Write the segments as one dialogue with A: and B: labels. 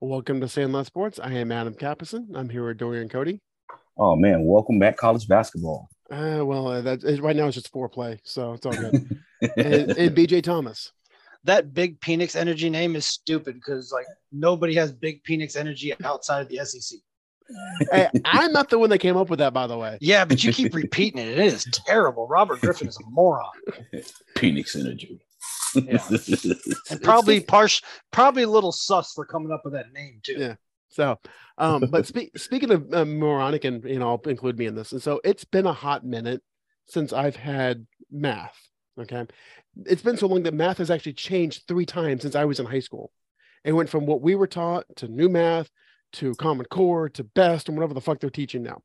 A: welcome to Sandlot Sports. I am Adam Capison. I'm here with Dorian Cody.
B: Oh man, welcome back, college basketball.
A: Uh, well, uh, that is, right now it's just foreplay, so it's all good. and, and BJ Thomas.
C: That big Phoenix energy name is stupid because like nobody has big Phoenix energy outside of the E SEC.
A: Hey, I'm not the one that came up with that, by the way.
C: Yeah, but you keep repeating it. It is terrible. Robert Griffin is a moron.
B: Phoenix energy.
C: Yeah. And probably partial, probably a little sus for coming up with that name too.
A: Yeah. So, um, but spe- speaking of uh, moronic, and you know, I'll include me in this. And so, it's been a hot minute since I've had math. Okay, it's been so long that math has actually changed three times since I was in high school. It went from what we were taught to new math to Common Core to Best and whatever the fuck they're teaching now.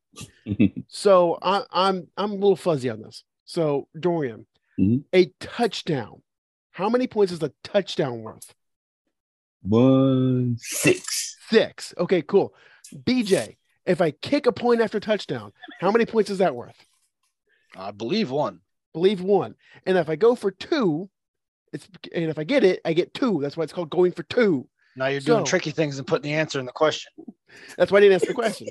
A: so I, I'm I'm a little fuzzy on this. So Dorian,
B: Mhm.
A: a touchdown. How many points is a touchdown worth?
B: One six.
A: Six. Okay, cool. BJ, if I kick a point after touchdown, how many points is that worth?
C: I believe one.
A: Believe one. And if I go for two, it's and if I get it, I get two. That's why it's called going for two.
C: Now you're doing
A: So-
C: tricky things and putting the answer in the question.
A: That's why I didn't ask the question.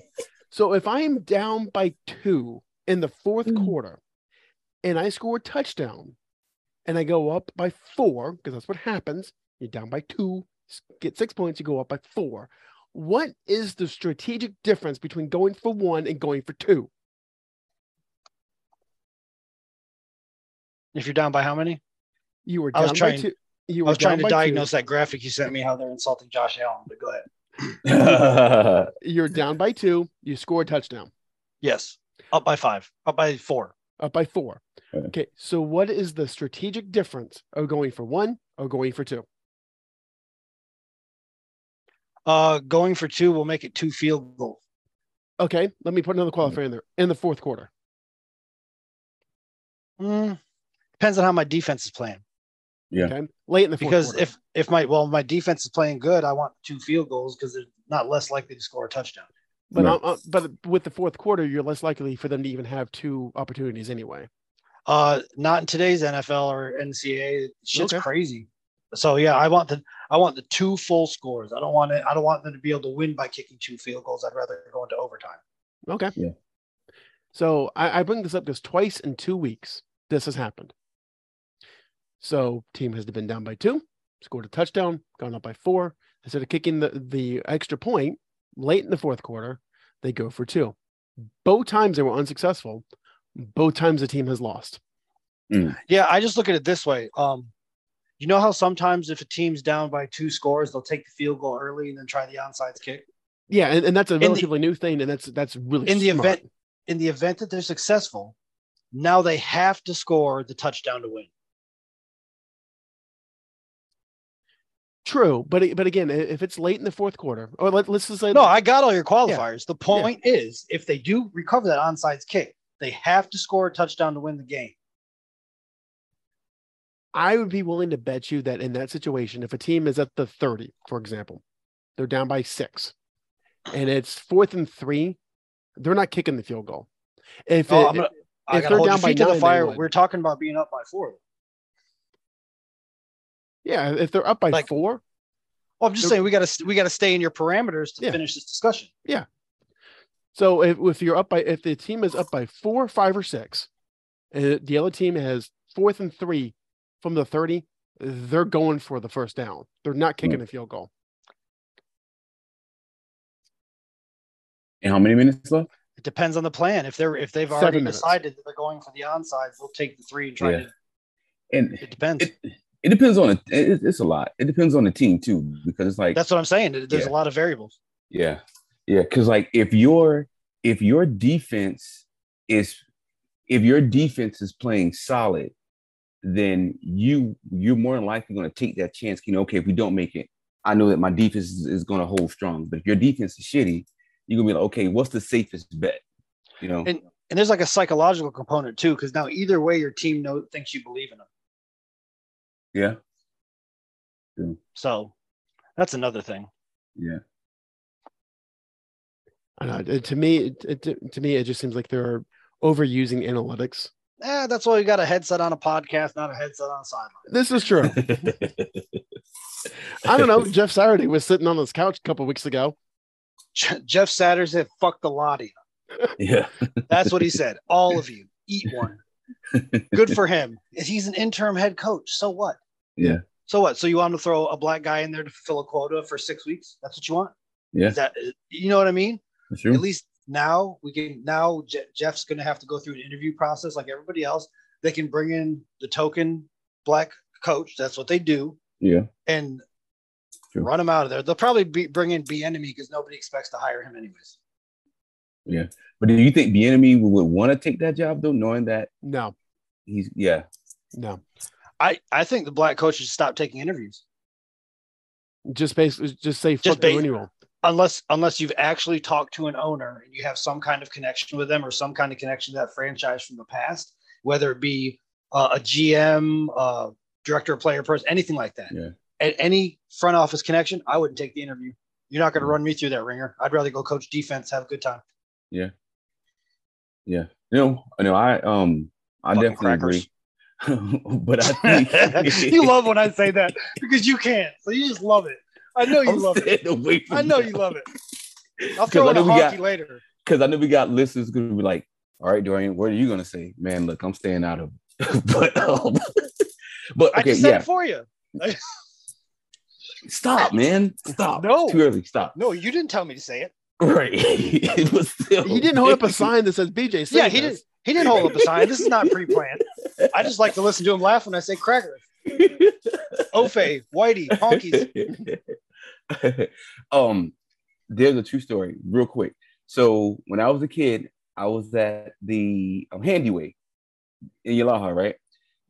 A: So if I am down by two in the fourth
B: Mm.
A: quarter and I score a touchdown and I go up by four, because that's what happens, you're down by two, s- get six points, you go up by four. What is the strategic difference between going for one and going for two?
C: If you're down by how many?
A: You were
C: I was
A: down by
C: trying-
A: two. You
C: I
A: were
C: was
A: down
C: trying to
A: by
C: diagnose that graphic you sent me how they're insulting Josh Allen, but go ahead.
B: That's
A: Two. You're down by two. You score a touchdown.
C: Yes. Up by five. Up by four.
A: up by four.
B: Okay.
A: Okay, so what is the strategic difference of going for one or going for two?
C: Uh going for two will make it two field goals.
A: Okay, let me put another qualifier in there in the fourth quarter.
C: Mm, depends on how my defense is playing.
A: Okay, late in the fourth
C: Because
A: quarter.
C: if if my well my defense is playing good, I want two field goals because they're not less likely to score a touchdown.
A: but
B: No.
A: I'm- I'm- but with the fourth quarter, you're less likely for them to even have two opportunities anyway.
C: Uh, not in today's NFL or NCAA. Shit's
A: Okay.
C: crazy. So yeah, I want the I want the two full scores. I don't want it. I don't want them to be able to win by kicking two field goals. I'd rather go into overtime.
A: Okay.
B: Yeah.
A: So I, I bring this up because twice in two weeks this has happened. So team has been down by two, scored a touchdown, gone up by four. Instead of kicking the, the extra point late in the fourth quarter, they go for two. Both times they were unsuccessful. Both times the team has lost.
C: Yeah, I just look at it this way. Um, you know how sometimes if a team's down by two scores, they'll take the field goal early and then try the onside kick.
A: Yeah, and, and that's a
C: the-
A: relatively new thing, and that's that's really
C: in the
A: smart.
C: event- In the event that they're successful, now they have to score the touchdown to win.
A: True, but it- but again, i- if it's late in the fourth quarter, or let, let's just say
C: No, I got all your qualifiers. The point is, if they do recover that onside kick, they have to score a touchdown to win the game.
A: I would be willing to bet you that in that situation, if a team is at the 30, for example, they're down by six and it's fourth and three, they're not kicking the field goal. If,
C: Oh,
A: it-
C: I'm gonna,
A: if
C: I gotta
A: they're
C: hold your
A: down by
C: feet to
A: nine,
C: the
A: they
C: fire.
A: would.
C: We're talking about being up by four.
A: yeah, if they're up by
C: Like-
A: four,
C: Well, I'm just
A: They're-
C: saying we gotta we gotta stay in your parameters to
A: Yeah.
C: finish this discussion.
A: so if, if you're up by, if the team is up by four, five, or six, and the other team has fourth and three from the 30, they're going for the first down. They're not
C: Mm.
A: kicking the field goal.
B: And how many minutes left?
C: It depends on the plan. If they're if they've
A: Seven
C: already
A: minutes.
C: decided that they're going for the onside, we'll take the three and try.
B: Yeah.
C: To,
B: And
C: it depends.
B: It- it depends on it, it. It's a lot. It depends on the team too, because it's like
C: That's what I'm saying. There's
B: Yeah.
C: a lot of variables.
B: Yeah. Yeah. Cause like if your if your defense is if your defense is playing solid, then you you're more than likely gonna take that chance. You know, okay, if we don't make it, I know that my defense is, is gonna hold strong. But if your defense is shitty, you're gonna be like, okay, what's the safest bet? You know,
C: And- And there's like a psychological component too, because now either way, your team know, thinks you believe in them.
B: yeah.
C: So that's another thing.
A: I know. it- To me, it, it, to me, it just seems like they're overusing analytics.
C: Eh, that's why we got a headset on a podcast, not a headset on a sideline.
A: This is true. I don't know. Jeff Saturday was sitting on his couch a couple weeks ago.
C: Je- Jeff Satter said, "Fuck the lot of you."
B: yeah.
C: That's what he said. All of you, eat one. Good for him. He's an interim head coach. So what?
B: Yeah.
C: So what? So you want him to throw a black guy in there to fulfill a quota for six weeks? That's what you want?
B: Yeah.
C: Is that you know what I mean?
B: Sure.
C: At least now we can. Now Je- Jeff's going to have to go through an interview process like everybody else. They can bring in the token black coach. That's what they do,
B: Yeah.
C: and
B: True.
C: run him out of there. They'll probably be, bring in B enemy because nobody expects to hire him anyways.
B: But do you think enemy would want to take that job though, knowing that
A: No,
B: he's yeah,
A: no.
C: I I think the black coach should stop taking interviews
A: Just basically, just say fuck
C: Just
A: the
C: bas-
A: renewal.
C: unless unless you've actually talked to an owner and you have some kind of connection with them or some kind of connection to that franchise from the past, whether it be uh, a GM, uh, director, of player, person, anything like that.
B: Yeah.
C: At any front office connection, I wouldn't take the interview. You're not going
B: Mm.
C: to run me through that ringer. I'd rather go coach defense, have a good time.
B: yeah. No, no, I um I
C: Fucking
B: definitely agree. but I think
C: you love when I say that because you can't. So you just love it. I know you
B: I'm
C: love it.
B: staying away from
C: I know
B: that.
C: you love it. I'll
B: 'Cause
C: throw
B: I
C: in
B: know
C: a
B: we
C: hockey
B: got-
C: later.
B: because I know we got listeners gonna be like, all right, Dorian, what are you gonna say? Man, look, I'm staying out of it. but um, but
C: I
B: okay,
C: just said
B: yeah.
C: it for you.
B: Stop, man. Stop.
C: No.
B: Too early. Stop.
C: No, you didn't tell me to say it.
B: Right. it was still
A: He didn't hold up a sign that says BJ. Say
C: oh. yeah, he
A: this.
C: didn't. He didn't hold up a sign. This is not pre-planned. I just like to listen to him laugh when I say cracker, ofe, whitey, honkies.
B: um, there's a true story, real quick. So when I was a kid, I was at the um, Handy Way in Yalaha, right?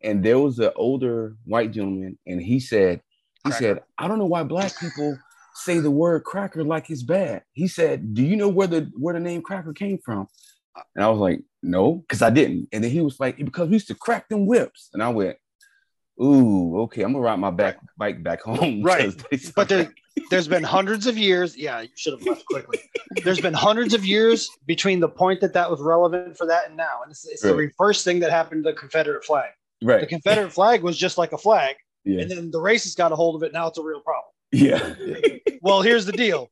B: And there was an older white gentleman, and he said, he said, I don't know why black people say the word cracker like it's bad. He said, Do you know where the where the name cracker came from? And I was like, No, because I didn't. And then he was like, Because we used to crack them whips. And I went, Ooh, okay, I'm gonna ride my back bike back home.
C: Right.
B: 'cause they-
C: But there, there's been hundreds of years. Yeah, you should have left quickly. There's been hundreds of years between the point that that was relevant for that and now, and it's, it's the
B: Right.
C: reverse thing that happened to the Confederate flag. The
B: right.
C: Confederate flag was just like a flag,
B: Yeah.
C: and then the racists got a hold of it. Now it's a real problem.
B: Yeah.
C: Well, here's the deal.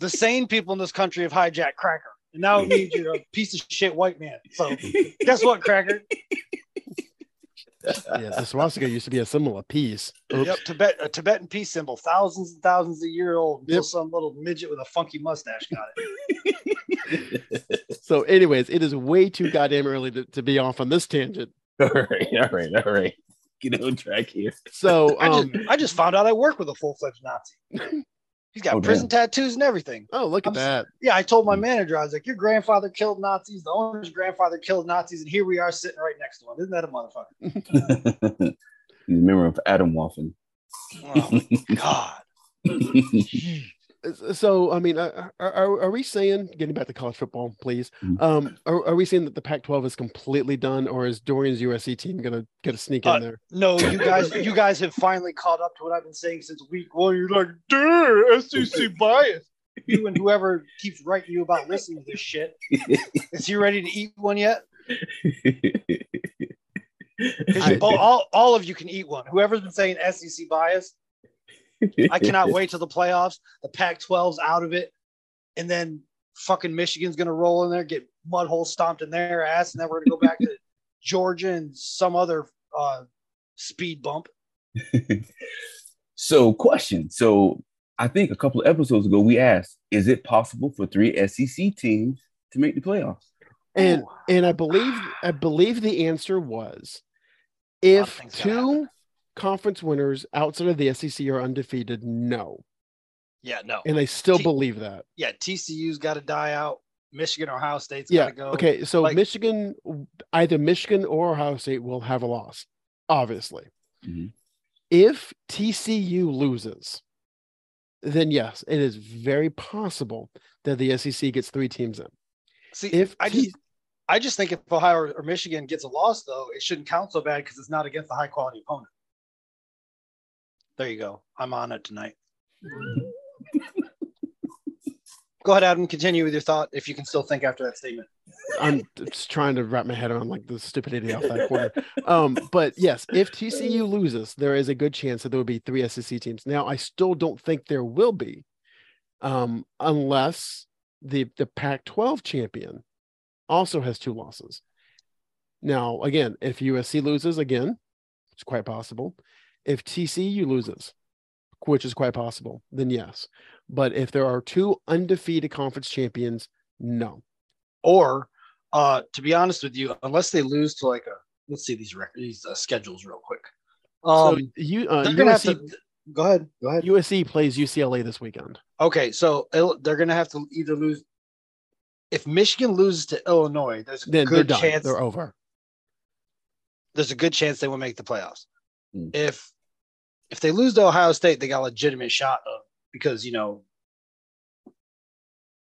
C: The sane people in this country have hijacked Cracker. And now it means you're a piece of shit white man. So guess what, Cracker?
A: Yes, the swastika used to be a symbol of peace. Oops.
C: Yep, Tibet, a Tibetan peace symbol, thousands and thousands of year old until
A: Yep.
C: some little midget with a funky mustache got it.
A: So, anyways, it is way too goddamn early to, to be off on this tangent.
B: all right, all right, all right. Get on track here.
A: So,
C: I just,
A: um,
C: I just found out I work with a full fledged Nazi. He's got
B: Oh,
C: prison tattoos and everything.
A: oh look at
C: I'm s-
A: that.
C: Yeah, I told my manager, I was like, Your grandfather killed Nazis, the owner's grandfather killed Nazis, and here we are sitting right next to him. Isn't that a motherfucker?
B: He's a member of Adam Waffen.
C: Oh, God.
A: So, I mean, uh, are, are are we saying getting back to college football, please?
C: Mm-hmm.
B: Mhm.
A: Um, are, are we saying that the Pac-12 is completely done, or is Dorian's USC team gonna get a sneak
C: Uh,
A: in there?
C: No, you guys, you guys have finally caught up to what I've been saying since week one. You're like, dude, SEC bias. You and whoever keeps writing you about listening to this shit. Is he ready to eat one yet? 'Cause you- all, all, all of you can eat one. Whoever's been saying SEC bias, I cannot wait till the playoffs. The Pac-12's out of it, and then fucking Michigan's gonna roll in there, get mud hole stomped in their ass, and then we're gonna go back to Georgia and some other uh, speed bump.
B: So, question. So, I think a couple of episodes ago we asked, is it possible for three SEC teams to make the playoffs?
A: And
C: Ooh.
A: and I believe I believe the answer was
C: lot of
A: if
C: things gotta
A: two conference winners outside of the SEC are undefeated, no,
C: Yeah, no.
A: and I still
C: See-
A: believe that.
C: yeah, TCU's got to die out. Michigan, Ohio State's
A: Yeah.
C: got to go.
A: Okay. So
C: Like-
A: Michigan, either Michigan or Ohio State will have a loss, obviously.
B: Mhm.
A: If TCU loses, then yes, it is very possible that the SEC gets three teams in.
C: See,
A: If
C: I just, I just think if Ohio or, or Michigan gets a loss, though, it shouldn't count so bad because it's not against a high quality opponent. There you go. I'm on it tonight. Go ahead, Adam. Continue with your thought if you can still think after that statement.
A: I'm just trying to wrap my head around like the stupidity off that quarter. Um, but yes, if TCU loses, there is a good chance that there will be three SEC teams. Now, I still don't think there will be, um, unless the the Pac-12 champion also has two losses. Now, again, if USC loses again, it's quite possible. If TCU loses, which is quite possible, then yes. But if there are two undefeated conference champions, no.
C: Or, uh, to be honest with you, unless they lose to like a let's see these records, these uh, schedules real quick. Um,
A: so you, uh,
C: they're gonna
A: USC,
C: have to go ahead. Go ahead.
A: USC plays UCLA this weekend.
C: Okay, so it'll- they're gonna have to either lose. If Michigan loses to Illinois, there's a
A: Then they're
C: good
A: done.
C: chance
A: They're over.
C: there's a good chance they will make the playoffs.
A: Hmm.
B: Mm.
C: If if they lose to Ohio State, they got a legitimate shot of because you know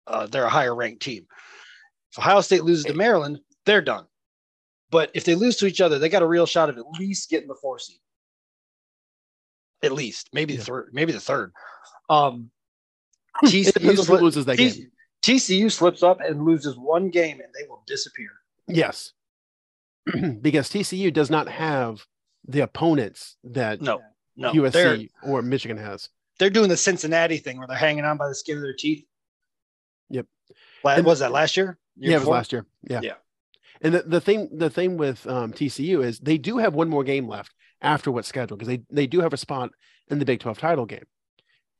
C: uh, they're a higher ranked team. If Ohio State loses to Maryland, they're done. But if they lose to each other, they got a real shot of at least getting the four seed. At least, maybe the
A: Yeah.
C: third, maybe the third. Um,
A: It
C: TCU,
A: depends on
C: sli-
A: who loses that game.
C: TCU slips up and loses one game, and they will disappear.
A: Yes. because TCU does not have the opponents that
C: No, no, they're-
A: USC or Michigan has.
C: they're doing the Cincinnati thing where they're hanging on by the skin of their teeth.
A: Yep.
C: La-
A: And-
C: was that last year? Year
A: yeah, it was
C: before?
A: last year. Yeah.
C: Yeah.
A: And the, the thing the thing with um, TCU is they do have one more game left after what's scheduled because they, they do have a spot in the Big 12 title game.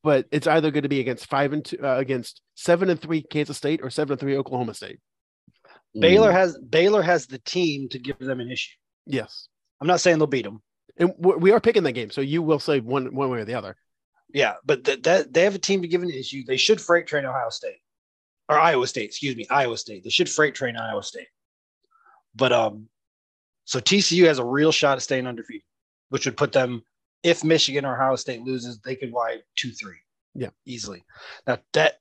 A: But it's either going to be against five and two, uh, against seven and three Kansas State or seven and three Oklahoma State.
C: Baylor has Baylor has the team to give them an issue.
A: Yes,
C: I'm not saying they'll beat them.
A: and we're, we are picking that game, so you will say one one way or the other.
C: Yeah, but that that they have a team to give an issue. They should freight train Ohio State or Iowa State. Excuse me, Iowa State. They should freight train Iowa State. But um, so TCU has a real shot of staying undefeated, which would put them if Michigan or Ohio State loses, they could ride two three.
A: Yeah.
C: easily. Now that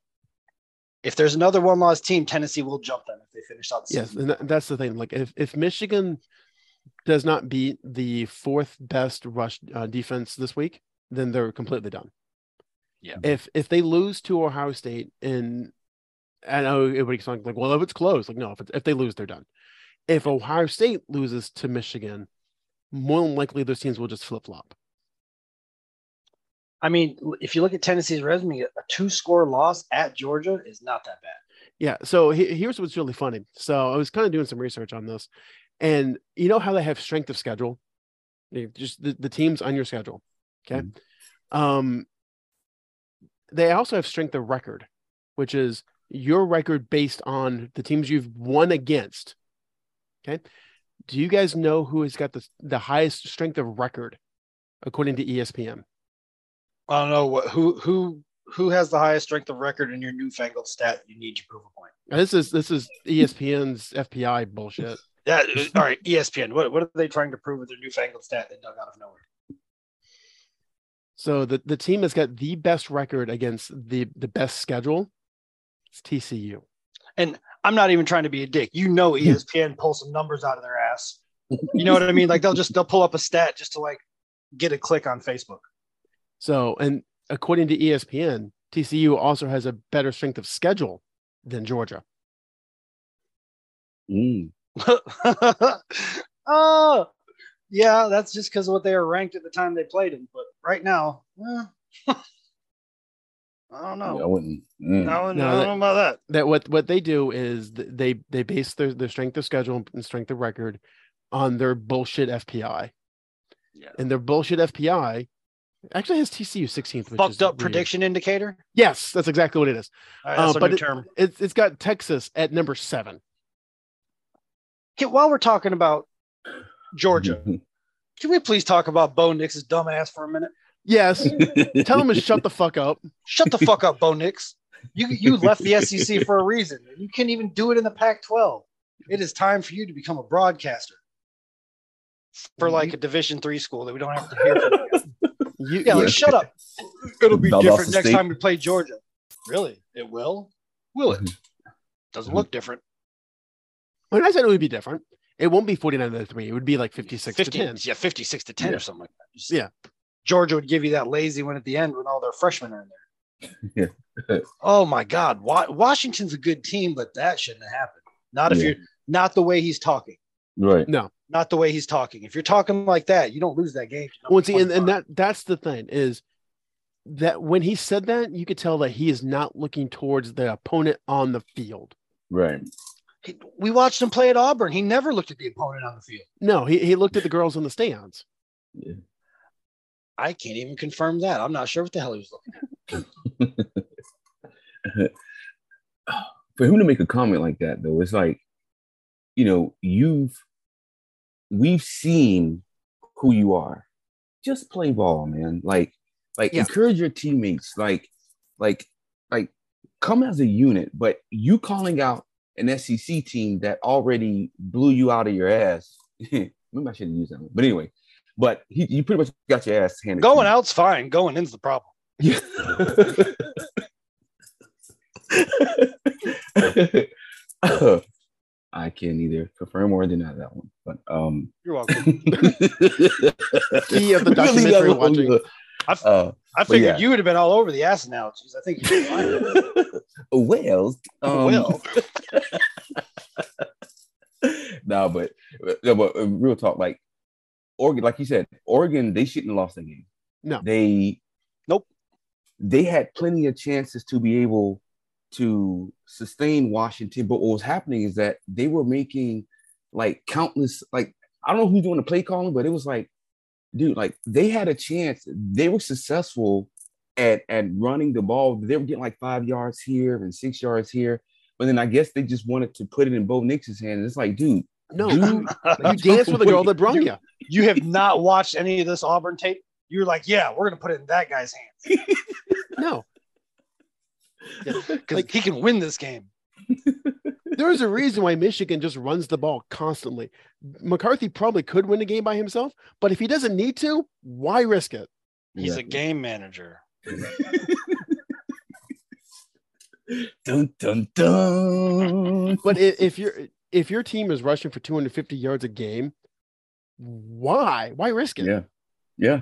C: if there's another one loss team, Tennessee will jump them if they finish out the
A: Yes,
C: season.
A: and that, that's the thing. Like if if Michigan does not beat the fourth best rush uh, defense this week, then they're completely done.
C: Yeah.
A: If if they lose to Ohio State and I know everybody's like, like, well, if it's close, like no, if it's, if they lose, they're done. If Ohio State loses to Michigan, more than likely those teams will just flip flop.
C: I mean, if you look at Tennessee's resume, a two score loss at Georgia is not that bad.
A: Yeah. So he- here's what's really funny. So I was kind of doing some research on this, and you know how they have strength of schedule, They just the, the teams on your schedule. Okay. Um, they also have strength of record, which is your record based on the teams you've won against. Okay. Do you guys know who has got the, the highest strength of record according to E ESPN?
C: I don't know what who who who has the highest strength of record in your newfangled stat. You need to prove a point.
A: Now, This is this is E ESPN's FPI bullshit.
C: That uh, all right? E ESPN. What what are they trying to prove with their newfangled stat they dug out of nowhere?
A: So the, the team that's got the best record against the, the best schedule It's TCU.
C: I'm not even trying to be a dick. You know, E ESPN pull some numbers out of their ass. You know what I mean? Like they'll just they'll pull up a stat just to like get a click on Facebook.
A: So and according to E ESPN, TCU also has a better strength of schedule than Georgia.
B: Mm.
C: oh, yeah, that's just because of what they were ranked at the time they played them. But right now, eh, I don't know.
B: I wouldn't. Mm.
C: I don't,
A: No,
C: I don't
A: that-
C: know about that.
A: That what what they do is th- they they base their, their strength of schedule and strength of record on their bullshit FPI.
C: Yeah.
A: And their bullshit FPI actually has TCU 16th. which is
C: fucked up
A: weird.
C: prediction indicator.
A: Yes, that's exactly what it is.
C: All right, that's
A: Uh,
C: a
A: but
C: new
A: it-
C: term.
A: It's it's got Texas at number seven.
C: Okay, while we're talking about Georgia, can we please talk about Bo Nix's dumbass for a minute?
A: Yes. Tell them to shut the fuck up.
C: Shut the fuck up, Bo Nix. You you left the SEC for a reason. You can't even do it in the Pac-12. It is time for you to become a broadcaster for like a Division three school that we don't have to hear from. again.
A: You,
C: Yeah,
A: you-
C: like shut up. It'll be
B: Valdosta
C: different next
B: State.
C: time we play Georgia. Mm-hmm. Really? It will? Will it?
A: Mm-hmm.
C: Doesn't look different.
A: When I said it would be different, it won't be 49 to 3. It would be like 56 to 10.
C: Yeah, 56 to 10
B: Yeah.
C: or something like that. Just-
A: Yeah.
C: Georgia would give you that lazy one at the end when all their freshmen are in there.
B: Yeah.
C: oh my God, Wa- Washington's a good team, but that shouldn't have happened. Not if
B: Yeah.
C: you're not the way he's talking.
B: Right.
C: Not the way he's talking. If you're talking like that, you don't lose that game.
A: Well, see, and, and that that's the thing is that when he said that, you could tell that he is not looking towards the opponent on the field.
B: Right.
C: He- we watched him play at Auburn. He never looked at the opponent on the field.
A: No, he, he looked at the girls in the stands.
C: I can't even confirm that. I'm not sure what the hell he was looking.
B: For him to make a comment like that, though, it's like, you know, you've we've seen who you are. Just play ball, man. Like, like
A: Yeah.
B: encourage your teammates. Like, like, like, come as a unit. But you calling out an SEC team that already blew you out of your ass. Maybe I shouldn't use that one, but anyway. But he, you pretty much got your ass handed. to
C: Going
B: you.
C: out's fine. Going in's the problem.
B: Yeah. I can't either confirm or deny that one. But um
C: You're welcome.
A: Key of the documentary
B: Really, that
A: watching.
B: was,
C: I've-
B: uh,
C: I figured
B: yeah. Um,
C: you would have been all over the ass analogies. I think you're fine.
B: well, um,
C: well,
B: no, but no, but uh, real talk, like Oregon, like you said, Oregon, they shouldn't have lost that game.
A: No.
B: they
C: Nope.
B: They had plenty of chances to be able to sustain Washington, but what was happening is that they were making like countless, like I don't know who's doing the play calling, but it was like, dude, like they had a chance. They were successful at at running the ball. They were getting like five yards here and six yards here. But then I guess they just wanted to put it in Bo Nix's hand. It's like, dude,
A: No,
B: you,
A: you, you danced with a girl that brung you.
C: you have not watched any of this Auburn tape. You're like, yeah, we're gonna put it in that guy's hand
A: No,
C: because he can win this game.
A: there is a reason why Michigan just runs the ball constantly. McCarthy probably could win the game by himself, but if he doesn't need to, why risk it?
C: He's a game manager.
B: Dun dun dun.
A: But i- if your if your team is rushing for 250 yards a game, why? Why risk it?
B: Yeah, yeah,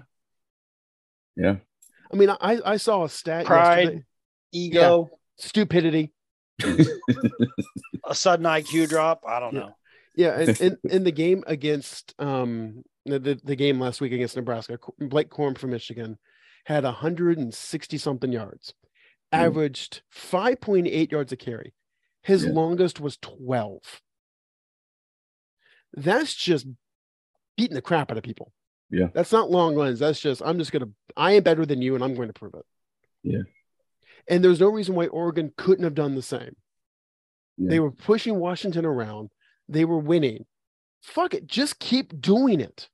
B: yeah.
A: I mean, I I saw a stat
C: Pride.
A: yesterday.
C: Ego,
A: Stupidity.
C: a sudden IQ drop. I don't
A: Yeah.
C: know.
A: Yeah, in, in, in the game against um the, the, the game last week against Nebraska, Qu- Blake Corm from Michigan had 160 something yards,
B: Mm.
A: averaged 5.8 yards a carry. His
B: Yeah.
A: longest was 12. That's just beating the crap out of people.
B: Yeah.
A: That's not long runs. That's just I'm just gonna I am better than you and I'm going to prove it.
B: Yeah.
A: And there's no reason why Oregon couldn't have done the same. They
B: Yeah.
A: were pushing Washington around. They were winning. Fuck it. Just keep doing it.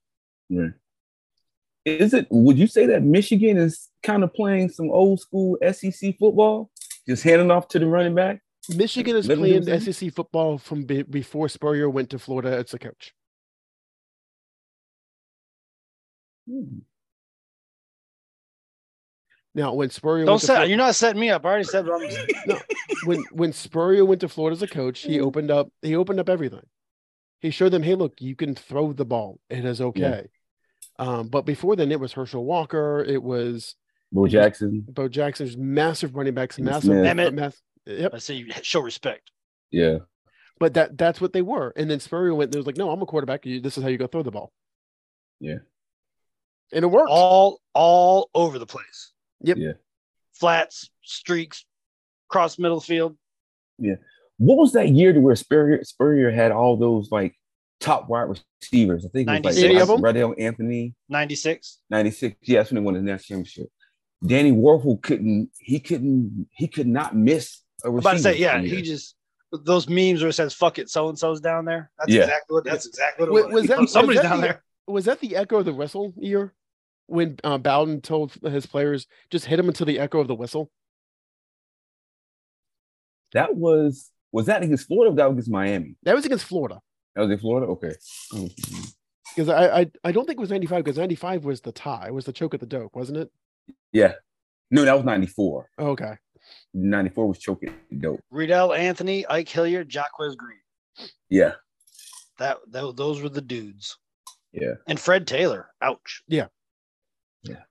B: Is it? Would you say that Michigan is kind of playing some old school SEC football, just handing off to the running back?
A: Michigan is
B: Let 'em do
A: playing
B: their thing.
A: SEC E football from be- before Spurrier went to Florida as a coach.
B: Hmm.
A: Mm-hmm. Now, when Spurrier
C: Don't
A: went
C: set.
A: to
C: You're not setting me up. I already said what I'm gonna say.
A: Flo- when when Spurrier went to Florida as a coach, he opened up he opened up everything. He showed them, hey, look, you can throw the ball. It is okay. Um, but before then, it was Herschel Walker. It was
B: Bo Jackson.
A: Bo Jackson. There's massive running backs,
B: And
A: massive,
B: Smith.
C: Emmett.
A: mass- yep.
C: I say you show respect.
B: Yeah.
A: But that that's what they were. And then Spurrier went there was like, no, I'm a quarterback. You, this is how you go throw the ball.
B: Yeah.
A: And it worked.
C: All all over the place.
A: Yep.
B: Yeah.
C: Flats, streaks, cross middle field.
B: What was that year to where Spurrier, Spurrier had all those like top wide receivers? I think it was
C: 96.
A: Any of
B: like
A: 'em?
B: Radell Anthony.
C: 96.
B: 96. Yeah, that's when they won the national championship. Danny Warhol couldn't, he couldn't, he could not miss a
C: I'm
B: receiver.
C: about to say, yeah,
B: from
C: he
B: here.
C: just those memes where it says "fuck it," so and so's down there. That's
B: Yeah.
C: exactly what. That's exactly
A: Wa-
C: what. it
A: was that- was
C: somebody's
A: that
C: down
A: the-
C: there?
A: Was that the echo of the whistle year when uh, Bowden told his players just hit him until the echo of the whistle?
B: that was, was that against Florida or that was against Miami?
A: That was against Florida
B: That was in Florida? Okay. Oh,
A: because I, I I don't think it was 95 because 95 was the tie. It was the choke at the dope, wasn't it?
B: Yeah. No, that was 94.
A: Okay.
B: 94 was choking dope.
C: Riddell Anthony, Ike Hilliard, Jacquez Green.
B: Yeah.
C: That, that those were the dudes.
B: Yeah.
C: And Fred Taylor. Ouch.
B: Yeah.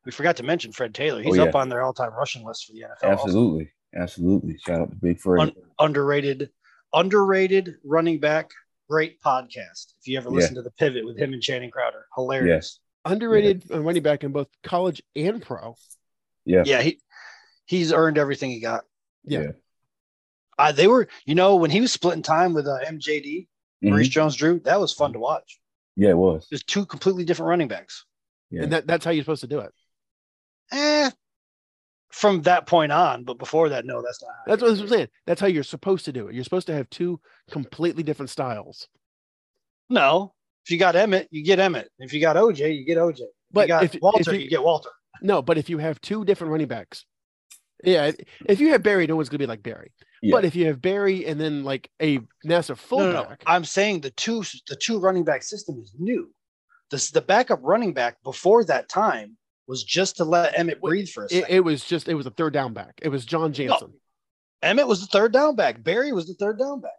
C: We forgot to mention Fred Taylor. He's
B: Oh, yeah.
C: up on their all-time rushing list for the NFL. also.
B: Absolutely. Absolutely. Shout out to Big Fred.
C: Un- underrated, underrated running back. Great podcast. If you ever
B: Yeah.
C: listen to the pivot with him and Channing Crowder, hilarious.
A: Underrated uh, running back in both college and pro.
B: yeah.
C: Yeah, he he's earned everything he got.
A: Yeah.
B: Yeah.
C: Uh, they were, you know, when he was splitting time with uh, MJD,
B: Mhm.
C: Maurice Jones-Drew, that was fun to watch.
B: Mm-hmm. Yeah, it was.
C: There's two completely different running backs.
B: Yeah.
A: And that, that's how you're supposed to do it.
C: Eh, from that point on, but before that, no, that's not. how
A: That's what I'm saying. That's how you're supposed to do it. You're supposed to have two completely different styles.
C: No, if you got Emmett, you get Emmett. If you got OJ, you get OJ. If
A: But
C: you got
A: if- if
C: Walter,
A: you-
C: you, get Walter.
A: No, but if you have two different running backs, yeah, if- if you have Barry, no one's gonna be like Barry.
B: Yeah.
A: But if you have Barry and then like a NASA
C: No, no,
A: fullback,
C: no. I'm saying the two the two running back system is new. This the backup running back before that time was just to let Emmett
A: Wait,
C: breathe for a
A: it,
C: second.
A: it was just it was a third down back. It was John Jansen.
C: Emmett was the third down back. Barry was the third down back.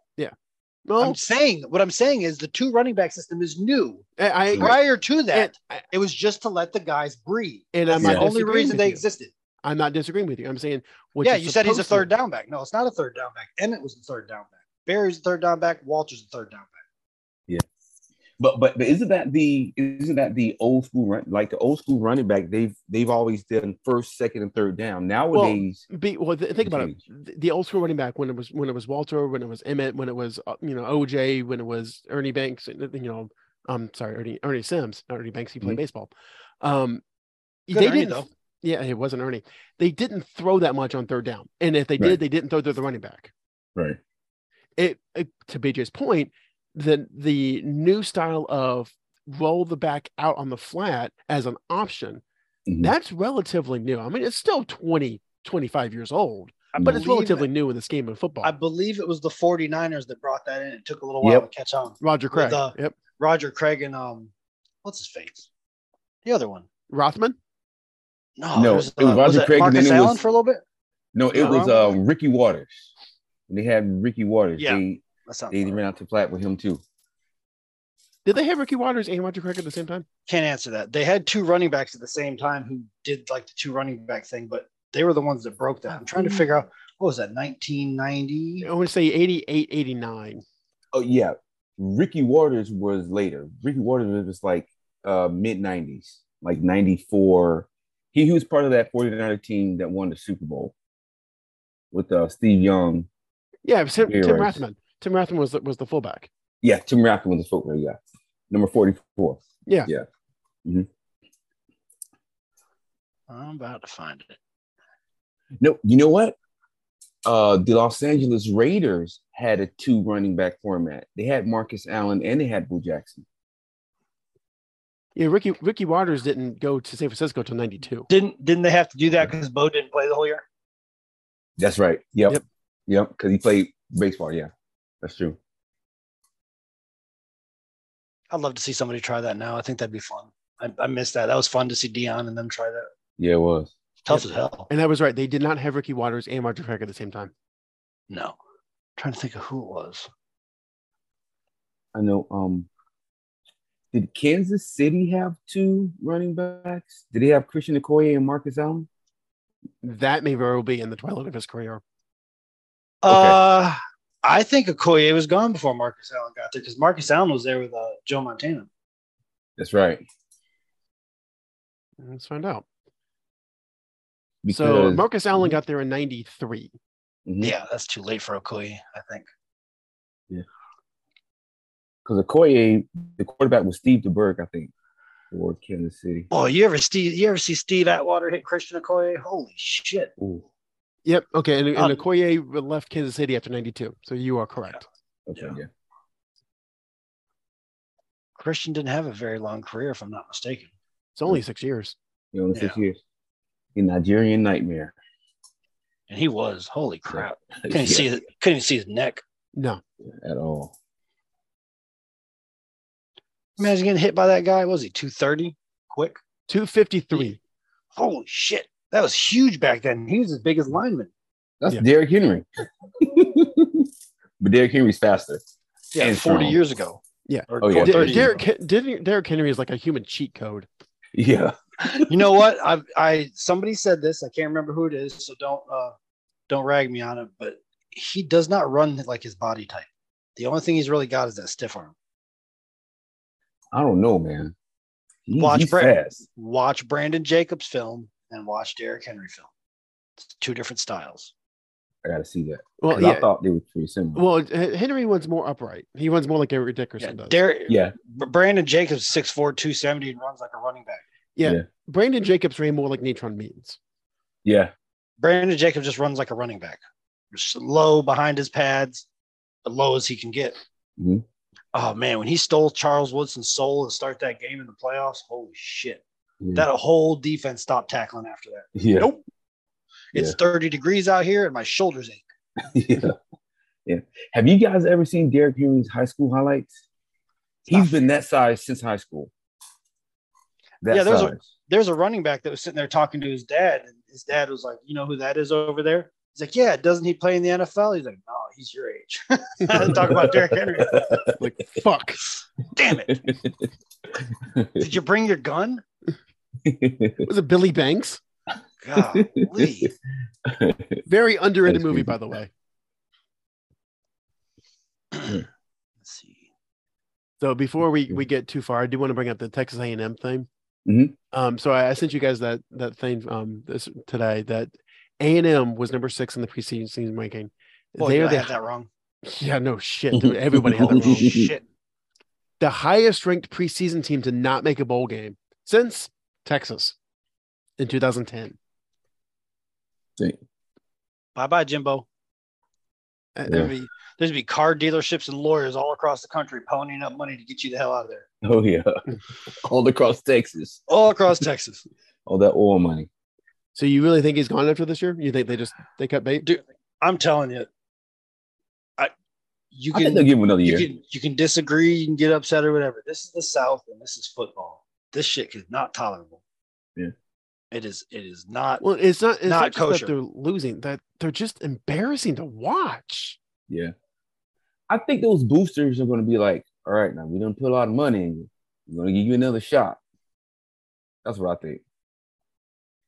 A: No,
C: I'm saying what I'm saying is the two running back system is new.
A: I, I agree.
C: Prior to that,
A: And, I-
C: it was just to let the guys breathe.
A: and I'm
C: That's
A: not
C: the only
A: disagreeing
C: reason
A: with
C: they
A: you.
C: existed.
A: I'm not disagreeing with you. I'm saying what
C: yeah,
A: you're
C: you said he's a
A: supposed to
C: third down back. No, it's not a third down back. Emmett was the third down back. Barry's the third down back. Walter's the third down back.
B: But but but isn't that the isn't that the old school run like the old school running back? They've they've always done first, second, and third down. Nowadays,
A: Be, well, th- think about it.
C: Mm-hmm.
A: Th- The old school running back when it was when it was Walter, when it was Emmett, when it was uh, you know OJ, when it was Ernie Banks, and, you know, I'm sorry, Ernie Ernie Sims, not Ernie Banks. He played
B: Mhm.
A: baseball. Um,
C: Mm-hmm. Good
A: they
C: Ernie,
A: didn't.
C: though.
A: Yeah, it wasn't Ernie. They didn't throw that much on third down, and if they
B: Right.
A: did, they didn't throw to the running back.
C: mm-hmm.
B: right?
A: It, it to BJ's point, the the new style of roll the back out on the flat as an option
B: Mhm.
C: Mm-hmm.
A: that's relatively new. I mean, it's still 20, 25 years old,
C: I
A: but it's
C: believe-
A: relatively new in this game of football.
C: I believe it was the 49ers that brought that in. It took a little while
B: Yep.
C: to catch on.
A: Roger Craig.
C: uh,
A: yep.
C: Roger Craig and um, what's his face? The other one.
A: Rothman.
C: No,
B: No,
C: it was, uh, Roger Craig.
B: and
C: Marcus
B: then it
C: Allen
B: was-
C: for a little bit.
B: No, it
A: No.
B: was um, Ricky Waters. When they had Ricky Waters,
C: Yeah.
B: they
C: That sounds.
B: they
C: right.
B: ran out to flat with him too.
A: Did they have Ricky Waters and Roger Craig at the same time?
C: Can't answer that. They had two running backs at the same time who did like the two running back thing, but they were the ones that broke that. I'm trying to figure out what was that 1990.
A: I want to say 88, 89.
B: Oh yeah, Ricky Waters was later. Ricky Waters was like uh, mid '90s, like '94. He, he was part of that 49er team that won the Super Bowl with uh, Steve Young.
A: Yeah, it was Tim,
B: You're
A: Tim
B: right.
A: Rathman. Tim Rathman was the, was the fullback.
B: Yeah, Tim Rathman was the football guy, number 44.
C: I'm about to find it.
B: No, you know what? Uh, the Los Angeles Raiders had a two running back format. They had Marcus Allen and they had Bo Jackson.
A: Yeah, Ricky Ricky Waters didn't go to San Francisco till 92.
C: Didn't didn't they have to do that because Bo didn't play the whole year?
B: That's right. Yep.
A: Yep.
B: Yep. Because he played baseball. Yeah, that's true.
C: I'd love to see somebody try that now. I think that'd be fun. I, I miss that. That was fun to see Dion and them try that.
B: Yeah, it was.
C: Tough as hell.
A: And I was right. They did not have Ricky Waters and Roger Craig at the same time.
C: No. I'm trying to think of who it was.
B: I know. Um, did Kansas City have two running backs? Did they have Christian Okoye and Marcus Allen?
A: That may very well be in the twilight of his career.
C: Uh, I think Okoye was gone before Marcus Allen got there because Marcus Allen was there with uh, Joe Montana.
B: That's right.
A: Let's find out. so
B: Because
A: Marcus Allen got there in 93.
B: Mhm.
C: Yeah, that's too late for Okoye, I think.
B: because Okoye, the quarterback was Steve DeBerg, I think, for Kansas City.
C: Boy, you ever see you ever see Steve Atwater hit Christian Okoye? Holy shit!
B: Ooh,
A: Yep. Okay. And,
C: Um,
A: and Okoye left Kansas City after 92. So you are correct.
B: okay,
C: Yeah.
B: yeah.
C: Christian didn't have a very long career, if I'm not mistaken.
A: It's only six years.
B: You know, in six years. A Nigerian nightmare.
C: And he was. Holy crap! Couldn't
B: Yeah,
C: even see his, couldn't even see his neck.
A: No.
B: at all.
C: Imagine getting hit by that guy. What was he 230? Quick.
A: 253.
C: Holy shit! That was huge back then. He was as big as lineman.
B: That's
A: Yeah.
B: Derrick Henry. but Derrick Henry's faster.
C: Yeah,
B: And
C: 40
B: strong.
C: years ago.
A: Yeah.
C: Or
B: Oh, yeah.
A: Der-
B: Derrick-
C: 30 years ago.
A: Derrick, Hen- Derrick Henry is like a human cheat code.
B: Yeah.
C: you know what? I I somebody said this. I can't remember who it is, so don't uh, don't rag me on it. But he does not run like his body type. The only thing he's really got is that stiff arm.
B: I don't know, man. He-
C: Watch
B: he's
C: Brett.
B: fast.
C: Watch Brandon Jacobs film and watch Derrick Henry film. It's two different styles.
B: I gotta see that.
A: Well,
B: 'Cause I
A: yeah.
B: thought they were pretty similar.
A: Well, H- Henry runs more upright. He runs more like Eric
C: Yeah,
A: Dickerson does.
C: Derrick,
B: yeah,
C: Brandon Jacobs six four two seventy and runs like a running back.
A: Brandon Jacobs ran more like Natron Means.
B: yeah.
C: Brandon Jacobs just runs like a running back. Just low behind his pads, as low as he can get.
B: Mhm.
C: Oh man, when he stole Charles Woodson's soul to start that game in the playoffs, holy shit.
B: Yeah.
C: That whole defense stopped tackling after that.
B: yeah.
C: Nope. It's 30 degrees out here and my shoulders ache.
B: yeah. Yeah. Have you guys ever seen Derrick Henry's high school highlights? He's been that size since high school. That
C: Yeah, there's a-
B: size.
C: There's a running back that was sitting there talking to his dad, and his dad was like, You know who that is over there? He's like, Yeah, doesn't he play in the NFL? He's like, No, he's your age. Talk about Derrick Henry.
A: Like fuck.
C: Damn it. Did you bring your gun?
A: Was it Billy Banks?
C: Golly.
A: Very underrated
B: That's
A: movie,
B: crazy.
A: by the way.
C: Let's see.
A: So before we,
B: Yeah.
A: we get too far, I do want to bring up the Texas A and M thing.
B: Mhm.
A: Um, so I, I sent you guys that that thing um this today that A and M was number six in the preseason season ranking.
C: Boy,
A: they
C: did
A: are
C: I
A: the
C: have that wrong.
A: yeah no shit dude, everybody had that
C: Holy
A: wrong.
C: Oh, shit.
A: The highest ranked preseason team to not make a bowl game since Texas in 2010.
C: Bye bye, Jimbo.
A: Uh,
B: Yeah.
C: There'd be, there'd be car dealerships and lawyers all across the country ponying up money to get you the hell out of there.
B: oh yeah. All across Texas.
C: All across Texas.
B: All that oil money.
A: So you really think he's gone after this year? You think they just they cut bait?
C: I'm telling you. I, you
B: I think
C: can
B: they'll give him another
C: you
B: year.
C: can you can disagree, you can get upset or whatever. This is the South and this is football. This shit is not tolerable.
B: Yeah.
C: It is it is not
A: Well, it's not it's
C: Not
A: not, just
C: kosher.
A: that they're losing. That they're just embarrassing to watch.
B: Yeah. I think those boosters are gonna be like, all right, now we done put a lot of money in you. We're gonna give you another shot. That's what I think.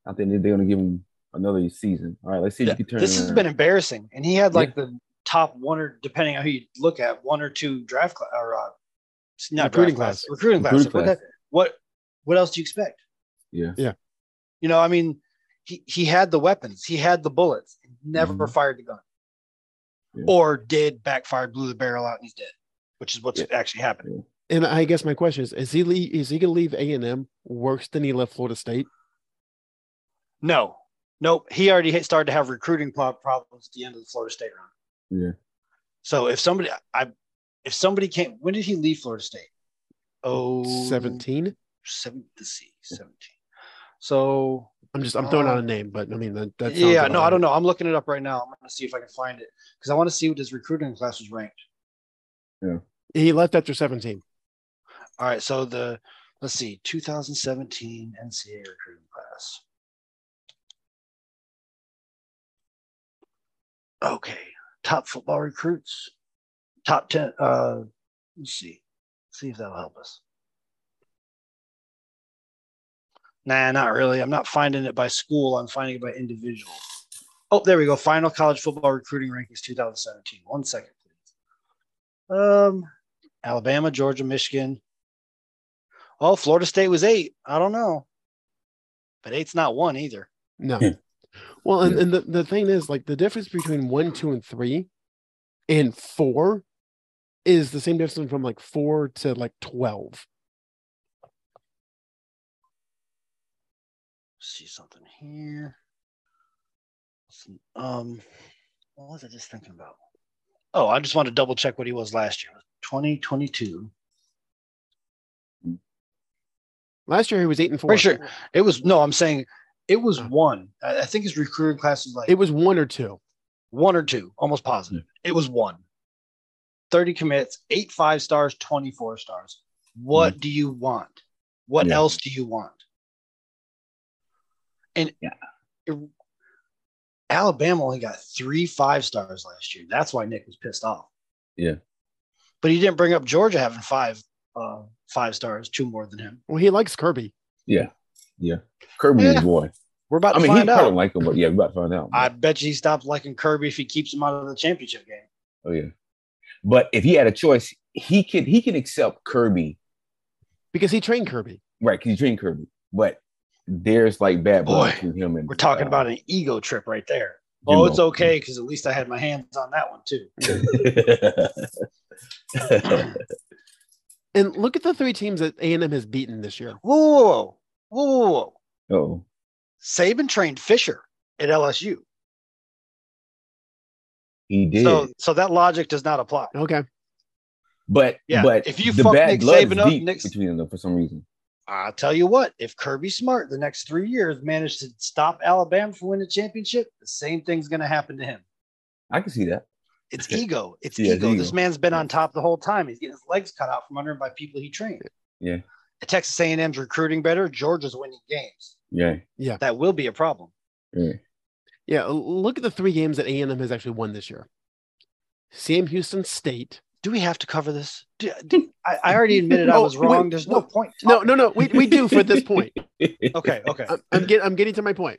B: I think they're gonna give him another season. All right, let's see if
C: Yeah,
B: you can turn
C: this
B: it
C: has
B: around.
C: been embarrassing. And he had like the top one or depending on who you look at, one or two draft class or uh, it's not
A: Recruiting
C: recruiting class,
A: class.
C: recruiting class.
B: Recruiting
C: What,
B: class.
C: the- what what else do you expect?
B: Yeah.
A: Yeah.
C: You know, I mean, he he had the weapons, he had the bullets, he never
B: Mhm.
C: fired the gun,
B: Yeah.
C: or did backfire, blew the barrel out, and he's dead, which is what's actually happened.
A: And I guess my question is: Is he le- is he going to leave A and M worse than he left Florida State?
C: No, nope. He already had- started to have recruiting pro- problems at the end of the Florida State round.
B: Yeah.
C: So if somebody, I, if somebody came, when did he leave Florida State? Oh,
A: 17
C: seven, let's see, 17. So,
A: I'm just I'm throwing out
C: Uh,
A: a name, but I mean that. that sounds
C: yeah,
A: about
C: no, I
A: right.
C: don't know. I'm looking it up right now. I'm going to see if I can find it because I want to see what his recruiting class was ranked.
A: He left after 17.
C: All right. So the, let's see, 2017 NCAA recruiting class. Okay. Top football recruits, top 10. Uh, let's see. See if that'll help us. Nah, not really. I'm not finding it by school. I'm finding it by individual. Oh, there we go. Final college football recruiting rankings 2017. One second, please. Um, Alabama, Georgia, Michigan. Oh, Florida State was eight. I don't know. But eight's not one either.
A: No.
B: Yeah.
A: Well, and,
B: Yeah.
A: and the, the thing is, like the difference between one, two, and three, and four, is the same difference from like four to like 12.
C: see something here. Some- Um, what was I just thinking about? Oh, I just want to double check what he was last year. 2022.
A: Last year he was eight and four.
C: Pretty sure it was no, I'm saying it was
A: Oh.
C: one. I, I think his recruiting class was like
A: It was one or two.
C: one or two, almost positive. It was one. 30 commits, eight five stars, 24 stars. What do you want? What
B: Mm-hmm. Yeah.
C: else do you want? And
B: Yeah.
C: it- Alabama only got three five stars last year. That's why Nick was pissed off.
B: Yeah.
C: But he didn't bring up Georgia having five uh, five stars, two more than him.
A: Well, he likes Kirby.
B: Yeah. Yeah. Kirby
C: Yeah.
B: is one.
C: We're about
B: I
C: to
B: mean, he
C: find
B: probably
C: out.
B: like him, but yeah, we about to find out.
C: I bet you he stopped liking Kirby if he keeps him out of the championship game.
B: oh yeah. But if he had a choice, he could he can accept Kirby,
A: because he trained Kirby.
B: right? Because he's trained Kirby, but there's like bad blood
C: Boy,
B: between him and
C: We're talking
B: uh,
C: about an ego trip right there.
B: Jimbo.
C: Oh, it's okay because at least I had my hands on that one too.
A: And look at the three teams that A and M has beaten this year.
C: Whoa, whoa, whoa, whoa, whoa, whoa!
B: oh,
C: Saban trained Fisher at LSU,
B: he did.
C: so so that logic does not apply.
A: Okay,
B: but
C: Yeah,
B: but
C: if you
B: the
C: fuck
B: bad
C: Nick
B: blood is
C: Saban up,
B: deep
C: Nick's-
B: between them for some reason.
C: I'll tell you what, if Kirby Smart the next three years managed to stop Alabama from winning the championship, the same thing's going to happen to him.
B: I can see that.
C: It's ego. It's
B: Yeah, it's
C: ego.
B: ego.
C: This man's been on top the whole time. He's getting his legs cut out from under him by people he trained.
B: Yeah.
C: And Texas A&M's recruiting better. Georgia's winning games.
B: Yeah.
C: That will be a problem.
A: yeah. l- Look at the three games that A and M has actually won this year. Sam Houston State.
C: Do we have to cover this? Do, do- I, I already admitted I
A: Oh,
C: was wrong.
A: wait,
C: There's no
A: wait.
C: point.
A: No, no, no. We, we do for this point.
C: Okay. Okay.
A: I'm, I'm getting I'm getting to my point.